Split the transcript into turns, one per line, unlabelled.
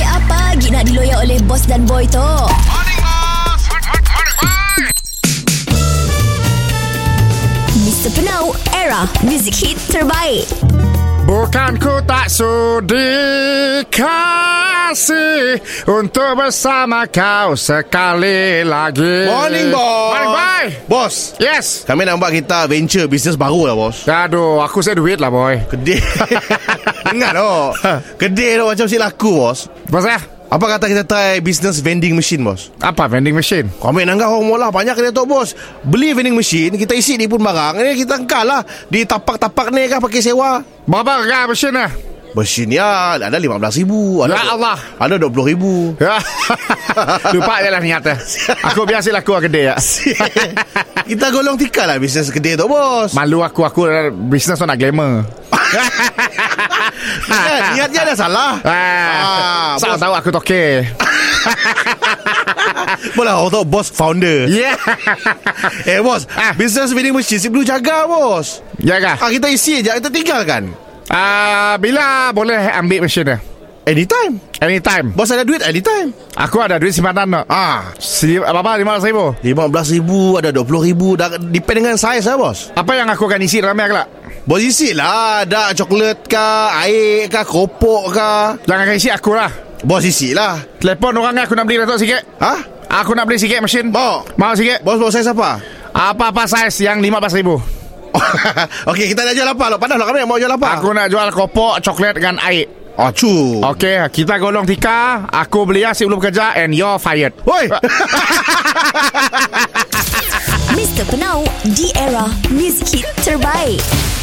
lagi nak diloyak oleh bos dan boy tu? Mr. Penau, era music hit terbaik.
Bukan ku tak sudi kasih Untuk bersama kau sekali lagi
Morning, boss.
Morning boy
Bos,
Yes
kami nak buat kita venture bisnes baru lah, bos.
Aduh, aku saya duit lah boy
Kedai. Dengar doh. oh.
Ha.
Kedai doh macam si laku, bos.
Pasal
Apa kata kita try bisnes vending machine, bos?
eh, apa vending machine?
Kami nanggah orang oh, mula banyak kedai tu, bos. Beli vending machine, kita isi ni pun barang. Ni kita engkau lah. Di tapak-tapak ni kah pakai sewa.
Berapa harga machine lah?
Mesin ya, ada RM15,000. Ada,
Ya Allah.
Ada RM20,000.
Lupa je lah niat eh. Aku biasa laku lah gede ya.
kita golong tikar lah bisnes kedai tu, bos.
Malu aku aku bisnes tu nak glamour.
Kan, niatnya ada salah.
Ah,
bos,
Sao Eh, tahu aku toke.
Bola orang tahu bos founder.
Yeah.
Eh bos
Ah.
ah. Business vending machine Sip dulu jaga bos
Ya kah?
ah, Kita isi je Kita tinggalkan
Ah, bila boleh ambil mesin dia?
Anytime
Anytime.
Bos ada duit anytime
Aku ada duit simpanan tak?
Ah,
Si, apa, lima ratus ribu.
RM15,000 Ada RM20,000 dah, Depend dengan saiz lah bos
Apa yang aku akan isi dalamnya kelak?
Bos isi lah Ada coklat ke Air ke Keropok ke
Yang akan isi aku lah.
Bos isi lah
Telepon orang aku nak beli datuk sikit.
Ha?
Aku nak beli sikit mesin.
Mau?
Mau sikit?
Bos bos saiz apa?
Apa-apa saiz yang lima belas ribu.
Okey kita nak jual apa lo? Padah lo kami mau jual apa?
Aku nak jual kopok, coklat dengan air.
Ah cu.
Okey, kita golong tika. Aku beli nasi belum kerja and you're fired.
Woi.
Mr. Penau, di era music hit terbaik.